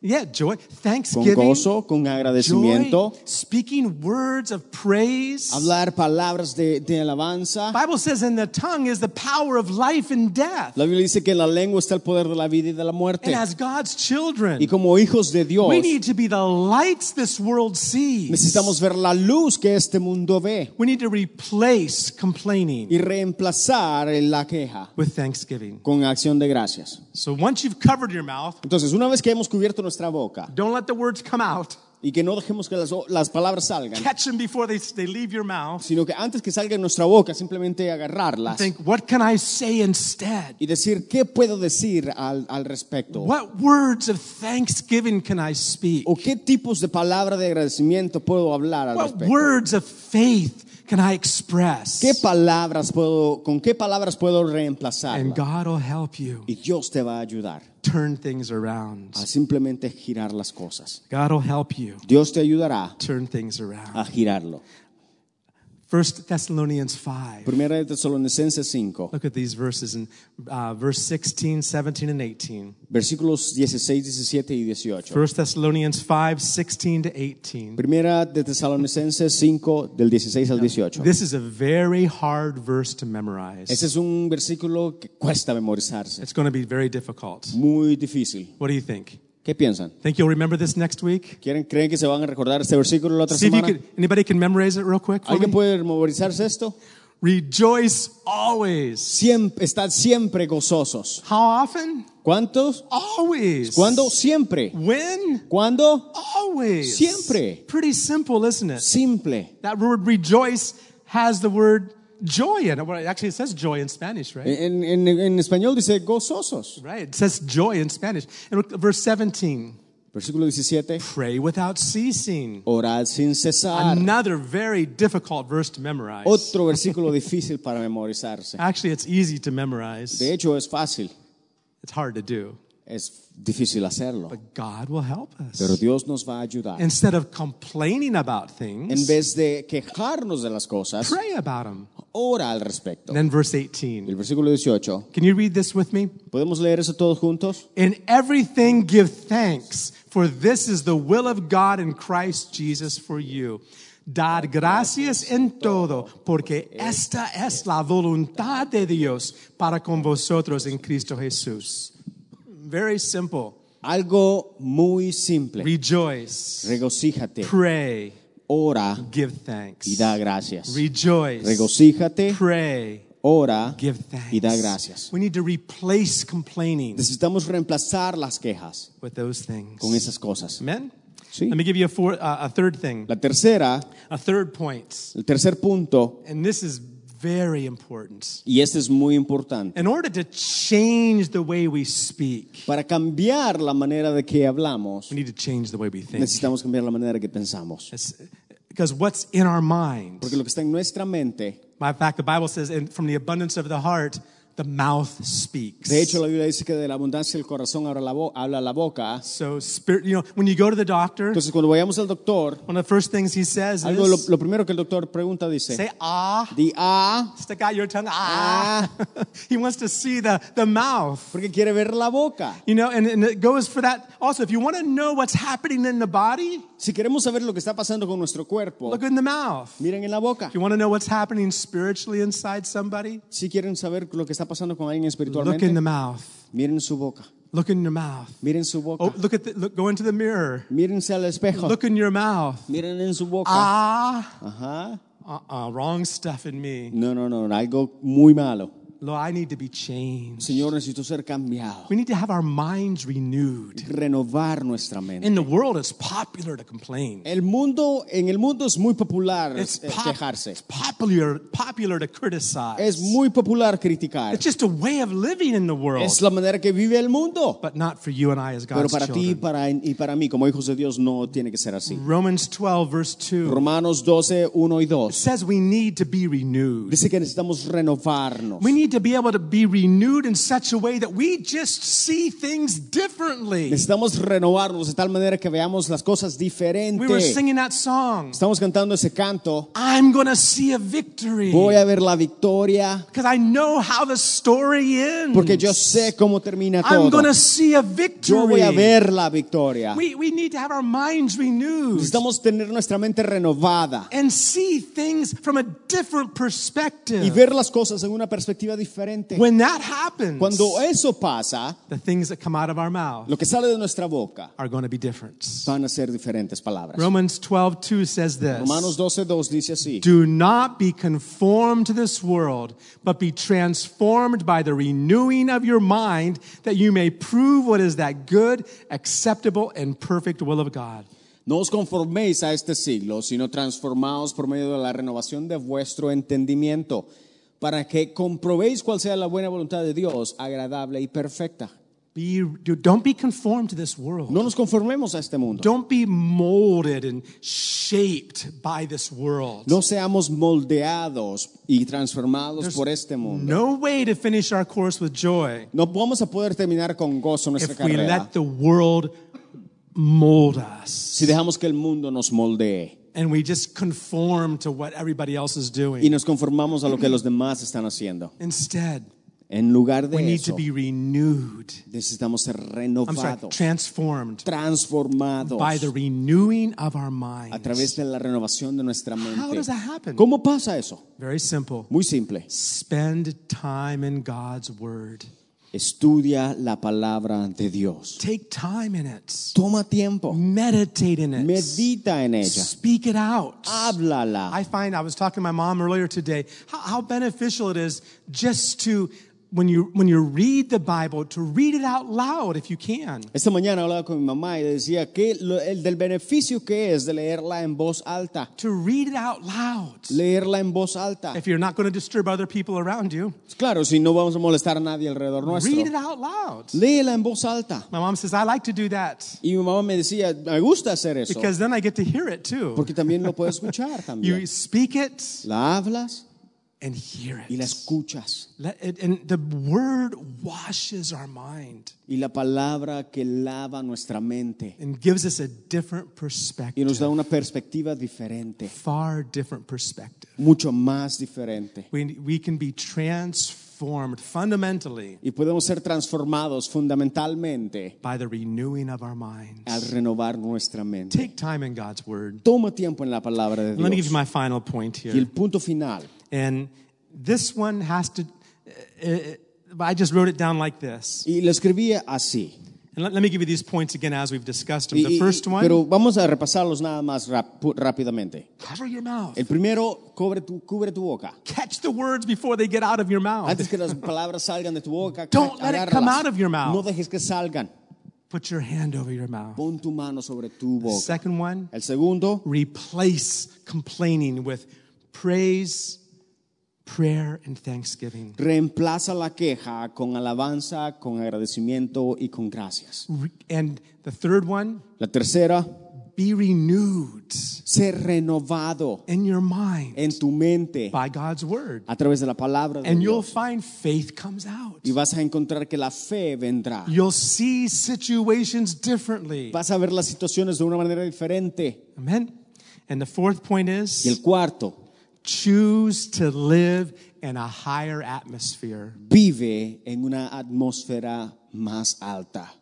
C: Yeah, joy,
D: con
C: thanksgiving,
D: gozo, con
C: joy,
D: agradecimiento,
C: speaking words of praise.
D: hablar palabras de, de alabanza.
C: Bible says in the tongue is the power of life and death.
D: La Biblia dice que en la lengua está el poder de la vida y de la
C: And
D: muerte.
C: as God's
D: Y
C: children,
D: como hijos de Dios,
C: we need to be the lights this world sees.
D: necesitamos ver la luz que este mundo ve
C: We need to replace complaining
D: y reemplazar la queja
C: with thanksgiving.
D: con acción de gracias.
C: So once you've covered your mouth,
D: Entonces, una vez que hemos cubierto nuestra boca
C: don't let the words come out.
D: y que no dejemos que las, las palabras salgan,
C: Catch them before they, they leave your mouth.
D: sino que antes que salgan de nuestra boca, simplemente agarrarlas
C: Think, what can I say instead?
D: y decir, ¿qué puedo decir al, al respecto?
C: What words of thanksgiving can I speak?
D: ¿O qué tipos de palabra de agradecimiento puedo hablar al
C: What
D: respecto?
C: words of faith can I express?
D: ¿Qué palabras puedo, ¿Con qué palabras puedo
C: And
D: reemplazar?
C: God will help you
D: Y Dios te va a ayudar
C: turn things around.
D: a simplemente girar las cosas.
C: God will help you
D: Dios te ayudará Ah.
C: turn things around.
D: a girarlo.
C: 1 Thessalonians 5.
D: Primera de Tesalonicenses 5,
C: Look at these verses in uh, verse 16, 17, and 18.
D: versículos 16, 17 y 18.
C: 1 Thessalonians 5, 16 to 18.
D: Primera de Tesalonicenses 5, del 16 al 18.
C: This is a very hard verse to memorize.
D: Ese es un versículo que cuesta memorizarse.
C: It's going to be very difficult.
D: Muy difícil.
C: What do you think?
D: ¿Qué piensan?
C: Think you'll remember this next week?
D: ¿Quieren, ¿Creen que se van a recordar este versículo la otra
C: See if you
D: semana?
C: could, anybody can memorize it real quick. for
D: ¿Alguien
C: me?
D: puede memorizarse esto?
C: Rejoice always.
D: Siempre, estad siempre gozosos.
C: How often?
D: ¿Cuántos?
C: Always.
D: ¿Cuándo? Siempre.
C: When?
D: ¿Cuándo?
C: Always.
D: Siempre.
C: Pretty simple, isn't it?
D: Simple.
C: That word rejoice has the word joy in it. Well, actually, it says joy in Spanish, right?
D: En, en- en español dice gozosos.
C: Right. It says joy in Spanish. And look, at verse 17.
D: Versículo 17.
C: Pray without ceasing.
D: Orad sin cesar.
C: Another very difficult verse to memorize.
D: Otro versículo difícil para memorizarse.
C: Actually, it's easy to memorize.
D: De hecho, es fácil.
C: It's hard to do.
D: Es difícil hacerlo.
C: But God will help
D: Pero
C: us.
D: Dios nos va a ayudar.
C: Instead of complaining about
D: En
C: things,
D: vez de quejarnos de las cosas,
C: pray about them.
D: ora al respecto.
C: And then verse
D: El
C: 18.
D: versículo 18.
C: Can you read this with me?
D: ¿Podemos leer eso todos juntos?
C: In everything give thanks, for this is the will of God in Christ Jesus for you. Dad gracias en todo, porque esta es la voluntad de Dios para con vosotros en Cristo Jesús. Very simple.
D: Algo muy simple.
C: Rejoice,
D: Regocíjate,
C: pray,
D: ora
C: give thanks.
D: y da gracias.
C: Rejoice,
D: Regocíjate,
C: pray,
D: ora
C: give thanks.
D: y da gracias.
C: We need to replace complaining
D: Necesitamos reemplazar las quejas
C: with those things.
D: con esas cosas.
C: Amen?
D: Sí.
C: Let me give you a, four, uh, a third thing,
D: La tercera,
C: a third point.
D: el tercer punto,
C: And this is very important.
D: y este es muy importante,
C: In order to change the way we speak,
D: para cambiar la manera de que hablamos,
C: we need to change the way we think.
D: necesitamos cambiar la manera que pensamos.
C: It's- because what's in our mind?
D: Porque lo que está en nuestra mente,
C: Matter of fact, the Bible says, and from the abundance of the heart, the mouth speaks.
D: de hecho la Biblia dice que de la abundancia del corazón habla la, bo- habla la boca.
C: So, spirit, you know, when you go to the doctor,
D: Entonces cuando vayamos al doctor,
C: one of the first things he says
D: algo lo,
C: is,
D: lo primero que el doctor pregunta dice,
C: say ah,
D: di ah,
C: stick out your tongue, ah. [laughs] he wants to see the, the mouth.
D: porque quiere ver la boca.
C: You know, and, and it goes for that. Also, if you want to know what's happening in the body,
D: Si queremos saber lo que está pasando con nuestro cuerpo,
C: look in the mouth.
D: miren en la boca.
C: If you want to know what's happening spiritually inside somebody,
D: Si quieren saber lo que está pasando con
C: look in
D: alguien
C: the
D: espiritualmente,
C: mouth.
D: miren su boca.
C: Look in your mouth.
D: Miren su boca.
C: Oh, look at the, look. Go into the mirror.
D: Mírense al espejo.
C: Look in your mouth.
D: Miren en su boca.
C: Ah,
D: Ajá.
C: uh-uh, wrong stuff in me.
D: No, no, no, algo muy malo.
C: Lord, I need to be changed.
D: Señor, necesito ser cambiado.
C: We need to have our minds renewed.
D: Renovar nuestra mente.
C: In the world, it's popular to complain.
D: El mundo, en el mundo es muy popular eh,
C: It's, pop-
D: quejarse.
C: it's popular, popular to criticize.
D: Es muy popular criticar.
C: it's just a way of living in the world,
D: Es la manera que vive el mundo.
C: but not for you and I as
D: Pero
C: God's
D: para ti y
C: children.
D: para, y para mí, como hijos de Dios, no tiene que ser así.
C: Romans 12, verse 2.
D: Romanos 12, 1 y 2.
C: says we need to be renewed.
D: Dice que necesitamos renovarnos.
C: We need to be able to be renewed in such a way that we just see things differently.
D: Necesitamos renovarnos de tal manera que veamos las cosas
C: We were
D: diferentes.
C: singing that song.
D: Estamos cantando ese canto.
C: I'm going to see a victory
D: Voy a ver la victoria
C: because I know how the story ends.
D: porque yo sé cómo termina
C: I'm
D: todo.
C: going to see a
D: Yo voy a
C: victory.
D: ver la victoria.
C: We, we need to have our minds renewed
D: Necesitamos tener nuestra mente renovada
C: and see things from a different
D: y
C: perspective.
D: ver las cosas en una perspectiva diferente.
C: When that happens,
D: Cuando eso pasa,
C: the things that come out of our mouth
D: lo que sale de nuestra boca
C: are going to be different.
D: van a ser diferentes palabras.
C: Romans 12, 2 says this.
D: Romanos 12:2 dice así:
C: Do not be conformed to this world, but be transformed by the renewing of your mind, that you may prove what is that good, acceptable, and perfect will of God.
D: No os conforméis a este siglo, sino transformaos por medio de la renovación de vuestro entendimiento, para que comprobéis cuál sea la buena voluntad de Dios, agradable y perfecta.
C: Be, do, don't be conformed to this world.
D: No nos conformemos a este mundo.
C: Don't be molded and shaped by this world.
D: No seamos moldeados y transformados por este mundo.
C: No way to finish our course with joy
D: No vamos a poder terminar con gozo nuestra
C: if we
D: carrera
C: let the world mold us.
D: si dejamos que el mundo nos moldee.
C: and we just conform to what everybody else is
D: y
C: doing.
D: nos conformamos a lo que los demás están haciendo.
C: Instead,
D: En lugar
C: we
D: de
C: need to
D: eso,
C: be renewed.
D: necesitamos ser
C: I'm sorry,
D: renovados,
C: transformed
D: transformados
C: by the renewing of our
D: a través
C: minds.
D: de la renovación de nuestra
C: How does
D: mente.
C: that happen?
D: ¿Cómo pasa eso?
C: Very simple.
D: Muy simple.
C: Spend time in God's Word.
D: Estudia la palabra de Dios.
C: Take time in it.
D: Toma tiempo.
C: Meditate in it.
D: Medita en ella.
C: Speak it out.
D: Ah. Háblala.
C: I find I was talking to my mom earlier today how, how beneficial it is just to when you when you read the Bible to read it out loud if you can.
D: Esta mañana hablaba con mi mamá y le decía que lo- el del beneficio que es de leerla en voz alta.
C: To read it out loud.
D: Leerla en voz alta.
C: If you're not going to disturb other people around you,
D: Claro, si no vamos a molestar a nadie alrededor nuestro.
C: read it out loud.
D: Léela en voz alta.
C: My mom says I like to do that
D: Y mi mamá me decía, me gusta hacer eso.
C: because then I get to hear it too.
D: Porque también lo puedes escuchar
C: [laughs]
D: también.
C: You speak it
D: La hablas
C: and hear
D: y la
C: it.
D: escuchas.
C: Let it and the word washes our mind
D: Y la palabra que lava nuestra mente.
C: and gives us a different
D: Y nos
C: perspective,
D: da una perspectiva diferente.
C: far different perspective.
D: Mucho más diferente.
C: we, we can be transformed fundamentally
D: Y podemos ser transformados fundamentalmente
C: by the renewing of our
D: al
C: minds.
D: renovar nuestra mente.
C: Take time in God's Word.
D: Toma tiempo en la palabra de
C: Let me give you
D: Dios.
C: my final point
D: Y
C: here.
D: el punto final.
C: And this one has to, uh, uh, I just wrote it down like this.
D: Y lo escribía así.
C: And let, let me give you these points again as we've discussed them.
D: Y-
C: The
D: y-
C: first one
D: pero vamos a repasarlos nada más rap- pu- rápidamente.
C: cover your mouth,
D: El primero, cubre tu, cubre tu boca.
C: catch the words before they get out of your
D: Antes
C: mouth, [laughs]
D: que las palabras salgan de tu boca,
C: Don't
D: ca-
C: let it
D: agárralas.
C: come out of your mouth.
D: No dejes que salgan.
C: put your hand over your mouth.
D: Pon tu mano sobre tu boca.
C: Second one,
D: El segundo,
C: replace complaining with praise, prayer, and thanksgiving.
D: reemplaza la queja con alabanza, con agradecimiento y con gracias.
C: Re- and the third one
D: La tercera,
C: be renewed
D: ser renovado
C: in your mind
D: en tu mente
C: by God's word
D: a través de la palabra de
C: and you'll
D: Dios.
C: find faith comes out
D: Y vas a encontrar que la fe vendrá.
C: you'll see situations differently
D: Vas a ver las situaciones de una manera diferente.
C: amen and the fourth point
D: Y el
C: is
D: cuarto,
C: choose to live in a higher atmosphere
D: vive en una atmósfera más alta.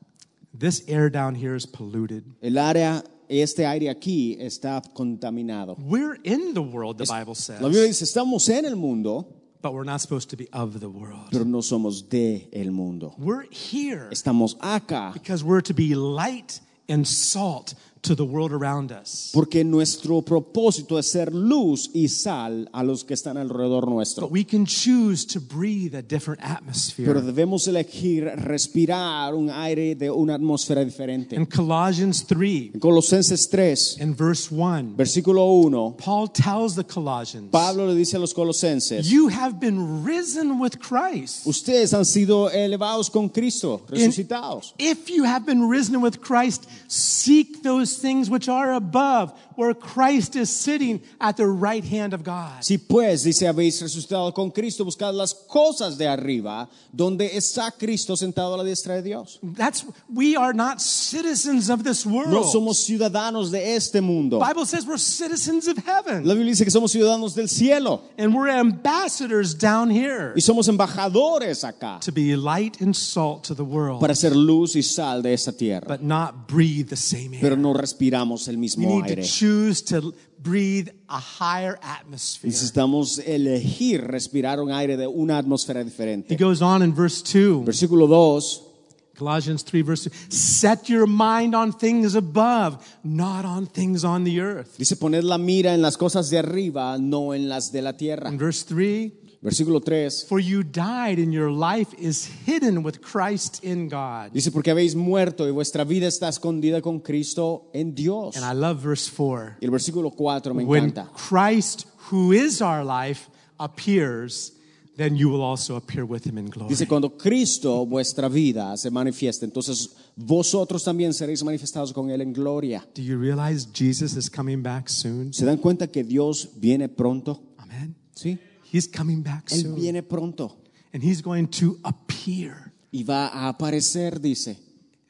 C: this air down here is polluted
D: El área, este aire aquí está contaminado.
C: we're in the world the bible says
D: La Biblia dice, estamos en el mundo,
C: but we're not supposed to be of the world
D: pero no somos de el mundo.
C: we're here
D: Estamos acá
C: because we're to be light and salt to the world around us
D: porque nuestro propósito es ser luz y sal a los que están alrededor
C: But
D: nuestro.
C: we can choose to breathe a different atmosphere.
D: Pero debemos elegir respirar un aire de una atmósfera diferente.
C: In Colossians 3,
D: En Colosenses 3,
C: in verse 1,
D: versículo 1,
C: Paul tells the Colossians,
D: Pablo le dice a los colosenses,
C: You have been risen with Christ.
D: Ustedes han sido elevados con Cristo, resucitados.
C: If you have been risen with Christ, seek those things which are above, where Christ is sitting at the right hand of God.
D: Si pues, dice, habéis resucitado con Cristo, buscad las cosas de arriba, donde está Cristo sentado a la diestra de Dios.
C: That's we are not citizens of this world.
D: No somos ciudadanos de este mundo.
C: Bible says we're citizens of heaven
D: La Biblia dice que somos ciudadanos del cielo
C: and we're ambassadors down here
D: y somos embajadores acá
C: to be light and salt to the world.
D: para ser luz y sal de esta tierra.
C: but not breathe the same air.
D: Pero no respiramos el
C: you
D: mismo
C: need to
D: aire.
C: choose to breathe a higher atmosphere.
D: Necesitamos elegir respirar un aire de una atmósfera
C: He
D: diferente.
C: goes on in verse 2,
D: Versículo 2.
C: Colossians 3, verse 2. Set your mind on things above, not on things on the earth.
D: Dice, poned la mira en las cosas de arriba, no en las de la tierra.
C: In verse 3,
D: Versículo 3.
C: for you died and your life is hidden with Christ in God.
D: Dice, porque habéis muerto y vuestra vida está escondida con Cristo en Dios.
C: And I love verse 4.
D: Y el versículo 4 me
C: When
D: encanta.
C: Christ, who is our life, appears, then you will also appear with him in glory.
D: Dice, cuando Cristo, vuestra vida, se manifieste, entonces vosotros también seréis manifestados con Él en gloria.
C: Do you realize Jesus is coming back soon?
D: ¿Se dan cuenta que Dios viene pronto?
C: Amen.
D: ¿Sí?
C: He's coming back
D: Él
C: soon.
D: viene pronto
C: And he's going to appear.
D: y va a aparecer, dice.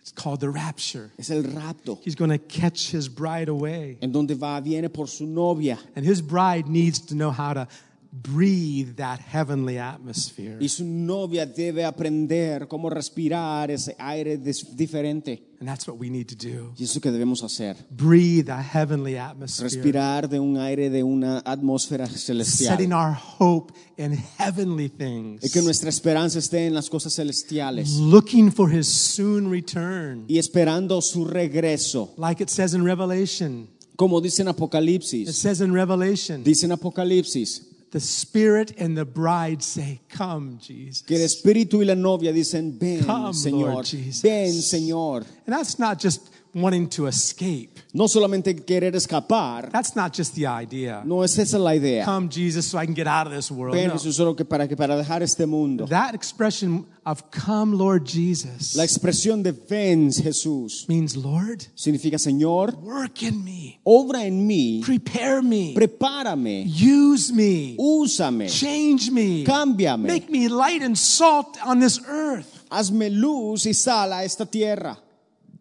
C: It's called the rapture.
D: Es el rapto,
C: He's going to catch his bride away.
D: en donde va, viene por su novia.
C: And his bride needs to know how to breathe that heavenly atmosphere.
D: Y su novia debe aprender cómo respirar ese aire des- diferente.
C: And that's what we need to do.
D: Y eso que debemos hacer.
C: Breathe a heavenly atmosphere.
D: Respirar de un aire de una atmósfera
C: Setting
D: celestial.
C: our hope in heavenly
D: Y que
C: things.
D: nuestra esperanza esté en las cosas celestiales.
C: Looking for his soon return.
D: Y esperando su regreso.
C: Like it says in Revelation.
D: Como dice en
C: It
D: Apocalipsis.
C: says in Revelation,
D: Dice en Apocalipsis
C: the Spirit and the bride say, Come,
D: que el
C: Jesus.
D: espíritu y la novia dicen, ven,
C: Come,
D: Señor.
C: Lord Jesus.
D: Ven, Señor.
C: And that's not just wanting to escape,
D: No solamente querer escapar.
C: that's not just the idea.
D: No es esa la idea.
C: Come, Jesus, so I can get out of this world.
D: Ven,
C: No.
D: Jesús, solo que para, que para dejar este mundo.
C: That expression of come, Lord Jesus,
D: La expresión de ven, Jesús,
C: means, Lord,
D: significa Señor,
C: work in me,
D: obra en mí,
C: prepare me,
D: prepárame,
C: use me,
D: úsame,
C: change me,
D: cámbiame,
C: make me light and salt on this earth.
D: hazme luz y sal a esta tierra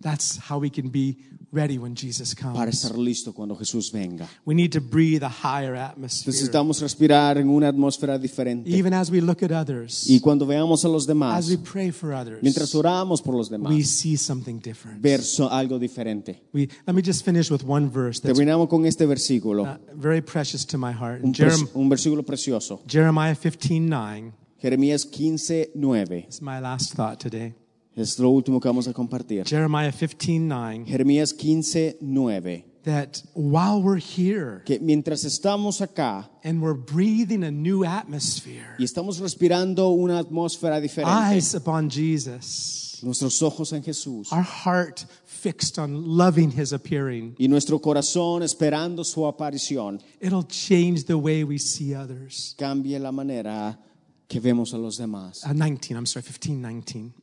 C: That's how we can be ready when Jesus
D: para
C: comes.
D: estar listo cuando Jesús venga.
C: We need to breathe a higher atmosphere.
D: Necesitamos respirar en una atmósfera diferente.
C: Even as we look at others,
D: Y cuando veamos a los
C: as
D: demás,
C: we pray for others,
D: mientras oramos por los
C: we
D: demás,
C: see something different.
D: ver so- algo diferente.
C: We, let me just finish with one verse that's
D: Terminamos con este versículo,
C: uh, very precious to my heart.
D: un,
C: Jerem-
D: pres- un versículo precioso.
C: Jeremiah 15 9
D: Jeremías 15, 9.
C: is my last thought today.
D: Es lo último que vamos a compartir.
C: Jeremiah 15 9
D: Jeremías 15, 9.
C: that while we're here
D: que mientras estamos acá
C: and we're breathing a new atmosphere,
D: y estamos respirando una atmósfera diferente,
C: eyes upon Jesus,
D: nuestros ojos en Jesús
C: our heart fixed on loving his appearing,
D: y nuestro corazón esperando su aparición,
C: it'll change the way we see others.
D: cambie la manera que vemos a los demás.
C: Uh, 19, I'm sorry, 15 19.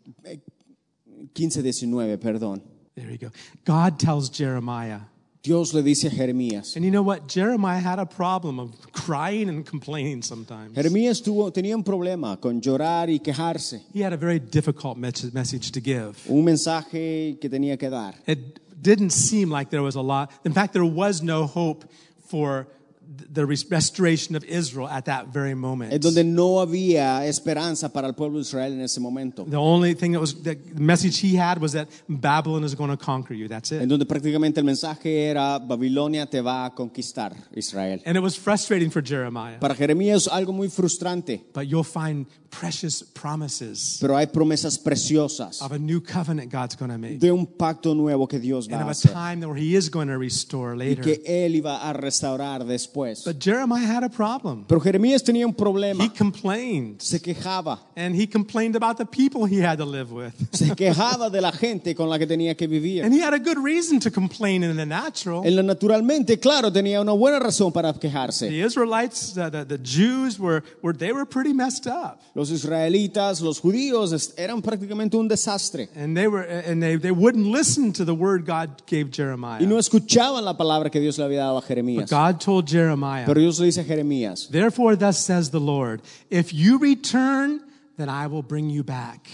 D: 15-19, perdón.
C: There you go. God tells Jeremiah.
D: Dios le dice a Jeremías.
C: And you know what? Jeremiah had a problem of crying and complaining sometimes.
D: Jeremías tuvo, tenía un problema con llorar y quejarse,
C: He had a very difficult mes- message to give.
D: un mensaje que tenía que dar.
C: It didn't seem like there was a lot. In fact, there was no hope for th- the res- restoration of Israel at that very moment.
D: Es donde no había esperanza para el pueblo de Israel en ese momento.
C: The only thing that was that the message he had was that Babylon is going to conquer you. That's
D: en
C: it.
D: donde prácticamente el mensaje era Babilonia te va a conquistar Israel.
C: And it was frustrating for Jeremiah.
D: Para Jeremías es algo muy frustrante,
C: But you'll find precious promises
D: pero hay promesas preciosas
C: of a new covenant God's going to make.
D: de un pacto nuevo que Dios va
C: And
D: a
C: of a
D: hacer
C: time where he is going to restore
D: y
C: later.
D: que él iba a restaurar después.
C: But Jeremiah had a problem.
D: Pero Jeremías tenía un
C: He
D: problema,
C: complained.
D: se quejaba,
C: And he complained about the people he had to live with.
D: se quejaba de la gente con la que tenía que vivir.
C: And he had a good reason to complain in the natural.
D: Él naturalmente, claro, tenía una buena razón para quejarse.
C: The Israelites, the, the, the Jews were, were they were pretty messed up.
D: Los israelitas, los judíos es- eran prácticamente un desastre
C: And they were and they, they wouldn't listen to the word God gave
D: y no
C: Jeremiah.
D: escuchaban la palabra que Dios le había dado a
C: But
D: Jeremías.
C: God told Jeremiah,
D: Pero Dios le dice a Jeremías,
C: Therefore thus says the Lord, if you return, then I will bring you back.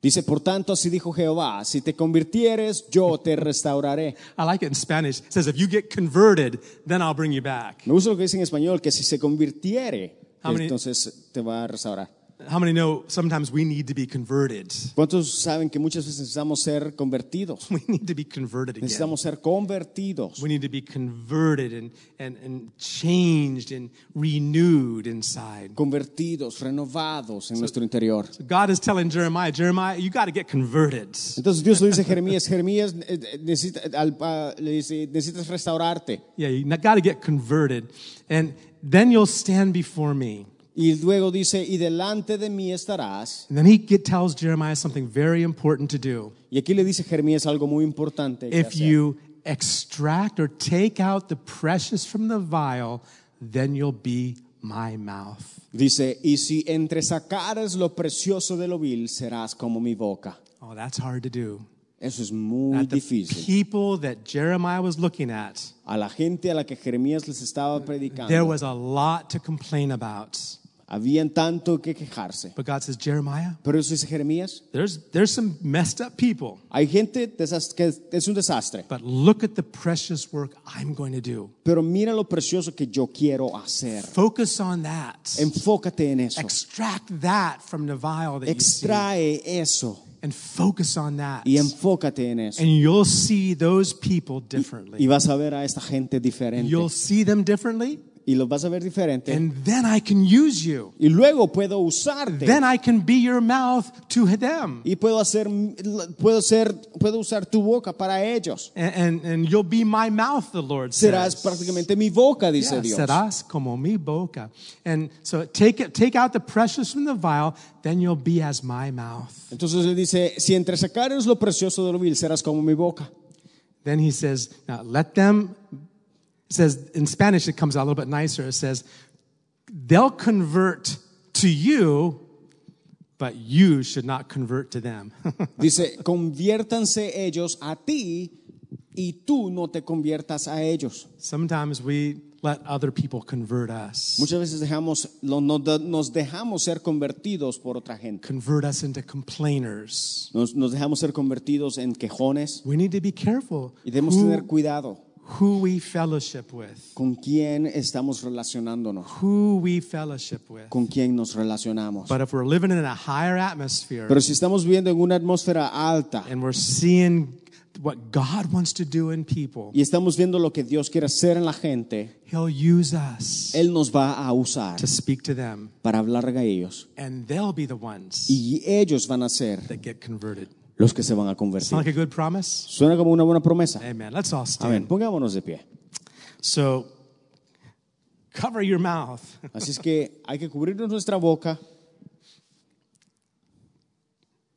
D: Dice, por tanto, así dijo Jehová, si te convirtieres, yo te restauraré.
C: I like it in Spanish. It says, if you get converted, then I'll bring you back.
D: Me gusta lo que dice en español, que si se convirtiere,
C: How many-
D: entonces te va a restaurar.
C: How many know sometimes we need to be converted? [laughs]
D: ¿Cuántos saben que muchas veces necesitamos ser convertidos?
C: We need to be converted again.
D: Necesitamos ser convertidos.
C: We need to be converted and, and, and changed and renewed inside.
D: Convertidos, renovados en nuestro interior.
C: God is telling Jeremiah, Jeremiah, you got to get converted.
D: Entonces Dios le dice a Jeremías, Jeremías, eh, eh, necesita- al- ah, le dice, necesitas restaurarte.
C: Yeah, you got to get converted. And then you'll stand before me.
D: Y luego dice, y delante de mí estarás.
C: And then he get, tells Jeremiah something very important to do.
D: Y aquí le dice Jeremías algo muy importante. que
C: If
D: hacer.
C: you extract or take out the precious from the vial, then you'll be my mouth.
D: Dice, y si entresacares lo precioso de lo vil, serás como mi boca.
C: Oh, that's hard to do.
D: Eso es muy
C: At the
D: difícil.
C: people that Jeremiah was looking at,
D: A la gente a la que Jeremías les estaba predicando,
C: there was a lot to complain about.
D: Habían tanto que quejarse.
C: But God says, Jeremiah,
D: Pero eso dice Jeremías.
C: there's, there's some messed up people,
D: Hay gente desas- que es un desastre,
C: but look at the precious work I'm going to do.
D: pero mira lo precioso que yo quiero hacer.
C: Focus on that.
D: Enfócate en eso.
C: Extract that from the vial that you
D: Extrae eso
C: see and focus on that.
D: y enfócate en eso.
C: And you'll see those people
D: Y
C: differently.
D: vas a ver a esta gente diferente.
C: You'll see them differently,
D: Y los vas a ver diferente.
C: and then I can use you.
D: Y luego puedo usarte.
C: Then I can be your mouth to them.
D: Y puedo hacer, puedo ser, puedo usar tu boca para ellos.
C: And, and, and you'll be my mouth, the Lord
D: Serás
C: says.
D: prácticamente mi boca, dice
C: Yeah,
D: Dios.
C: serás como mi boca. And so take, it, take out the precious from the vial, then you'll be as my mouth.
D: Entonces él dice, si entre sacares lo precioso de lo vil, serás como mi boca.
C: Then he says, now let them, it says in Spanish, it comes out a little bit nicer. It says, they'll convert to you, but you should not convert to them. [laughs]
D: Dice, conviértanse ellos a ti y tú no te conviertas a ellos.
C: Sometimes we let other people convert us,
D: Muchas veces dejamos, lo- nos da- nos dejamos ser convertidos por otra gente.
C: convert us into complainers.
D: Nos, nos dejamos ser convertidos en quejones
C: We need to be careful
D: y debemos tener
C: who,
D: cuidado
C: who we fellowship with,
D: con quién estamos relacionándonos,
C: who we fellowship with.
D: con quién nos relacionamos.
C: But if we're living in a higher atmosphere
D: Pero si estamos viviendo en una atmósfera alta
C: and we're seeing what God wants to do in people,
D: y estamos viendo lo que Dios quiere hacer en la gente,
C: He'll use us
D: Él nos va a usar
C: to speak to them,
D: para hablar a ellos
C: and they'll be the ones
D: y ellos van a ser
C: that get converted.
D: los que se van a
C: Sound
D: convertir.
C: like a good promise?
D: Suena como una buena promesa.
C: Amen. Let's all stand.
D: Amén. Pongámonos de pie.
C: So, cover your mouth.
D: Así es que hay que cubrirnos nuestra boca,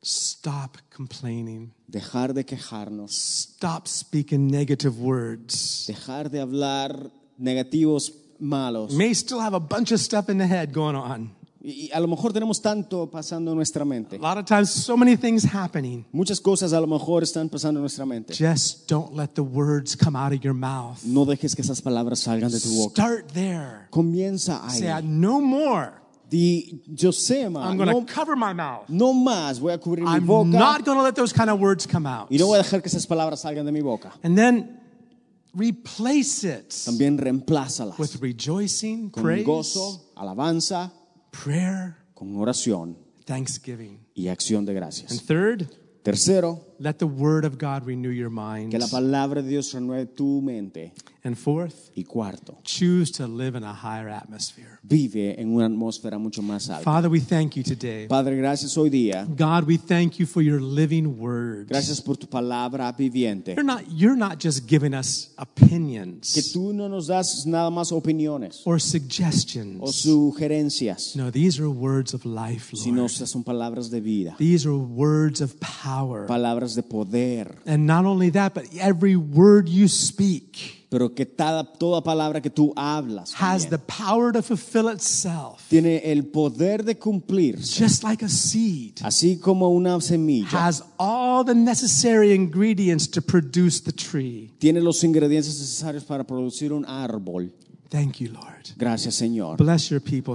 C: Stop complaining.
D: dejar de quejarnos,
C: Stop speaking negative words.
D: dejar de hablar negativos malos.
C: May still have a bunch of stuff in the head going on.
D: Y y a lo mejor tenemos tanto pasando en nuestra
C: A
D: mente.
C: lot of times, so many things happening.
D: Muchas cosas a lo mejor están pasando en nuestra mente.
C: Just don't let the words come out of your mouth.
D: No dejes que esas palabras salgan de tu boca.
C: Start there.
D: Comienza
C: Say, "I-
D: ahí.
C: no more.
D: Di, yo sé, ma,
C: I'm going to
D: no,
C: cover my mouth.
D: no más voy a cubrir mi
C: I'm
D: boca
C: not going to let those kind of words come out.
D: y no voy a dejar que esas palabras salgan de mi boca.
C: And then replace it
D: También reemplázalas
C: with rejoicing,
D: con
C: praise,
D: gozo, alabanza,
C: prayer,
D: con oración
C: thanksgiving.
D: y acción de
C: And
D: gracias.
C: third,
D: Tercero,
C: let the word of God renew your mind.
D: Que la palabra de Dios renueve tu mente.
C: And fourth,
D: Y cuarto,
C: choose to live in a higher atmosphere.
D: vive en una atmósfera mucho más alta.
C: Father, we thank you today.
D: Padre, gracias hoy día.
C: God, we thank you for your living word.
D: Gracias por tu palabra viviente.
C: You're not, you're not just giving us opinions.
D: Que tú no nos das nada más opiniones
C: or
D: o
C: suggestions.
D: sugerencias,
C: No, these are words of life,
D: sino
C: Lord.
D: estas son palabras de vida,
C: These are words of power.
D: palabras de poder.
C: And not only that, but every word you speak
D: Pero que tada- toda palabra que tú hablas
C: has the
D: también
C: power to fulfill itself,
D: tiene el poder de cumplir,
C: just like a seed.
D: así como una semilla.
C: Has all the necessary ingredients to produce the tree.
D: Tiene los ingredientes necesarios para producir un árbol.
C: Thank you, Lord.
D: Gracias, Señor.
C: Bless your people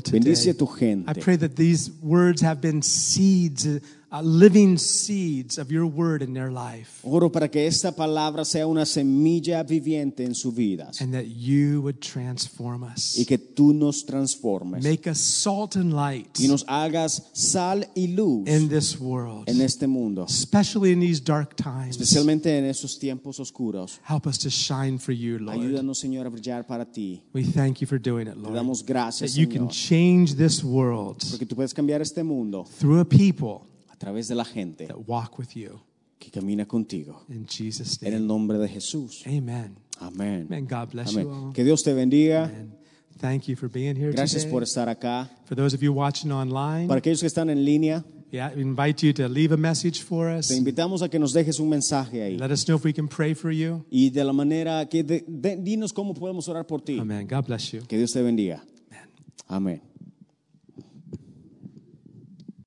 C: today.
D: Bendice a tu gente.
C: I pray that these words have been seeds, uh, uh, living seeds of your word in their life,
D: Oro para que esta palabra sea una semilla viviente en su vida
C: and that you would transform us.
D: y que tú nos transformes
C: Make us salt and light
D: y nos hagas sal y luz
C: in this world,
D: en este mundo,
C: especially in these dark times.
D: especialmente en esos tiempos oscuros.
C: Help us to shine for you, Lord.
D: Ayúdanos, Señor, a brillar para ti.
C: We thank you for doing it,
D: Te
C: Lord.
D: damos gracias,
C: That you can
D: Señor,
C: change this world
D: porque tú puedes cambiar este mundo
C: through a people
D: a través de la gente
C: that walk with you.
D: que camina contigo.
C: In Jesus'
D: En el
C: name.
D: nombre de Jesús.
C: Amen.
D: Amén.
C: Amen. God bless you
D: Amén.
C: all.
D: Que Dios te bendiga.
C: And thank you for being here
D: Gracias por
C: today.
D: estar acá.
C: For those of you watching
D: Para
C: online,
D: aquellos que están en línea,
C: yeah, we invite you to leave a message for us.
D: te invitamos a que nos dejes un mensaje ahí.
C: Let us know if we can pray for you.
D: Y de la manera que de- de- dinos cómo podemos orar por ti.
C: Amen. God bless you.
D: Que Dios te bendiga. Amén.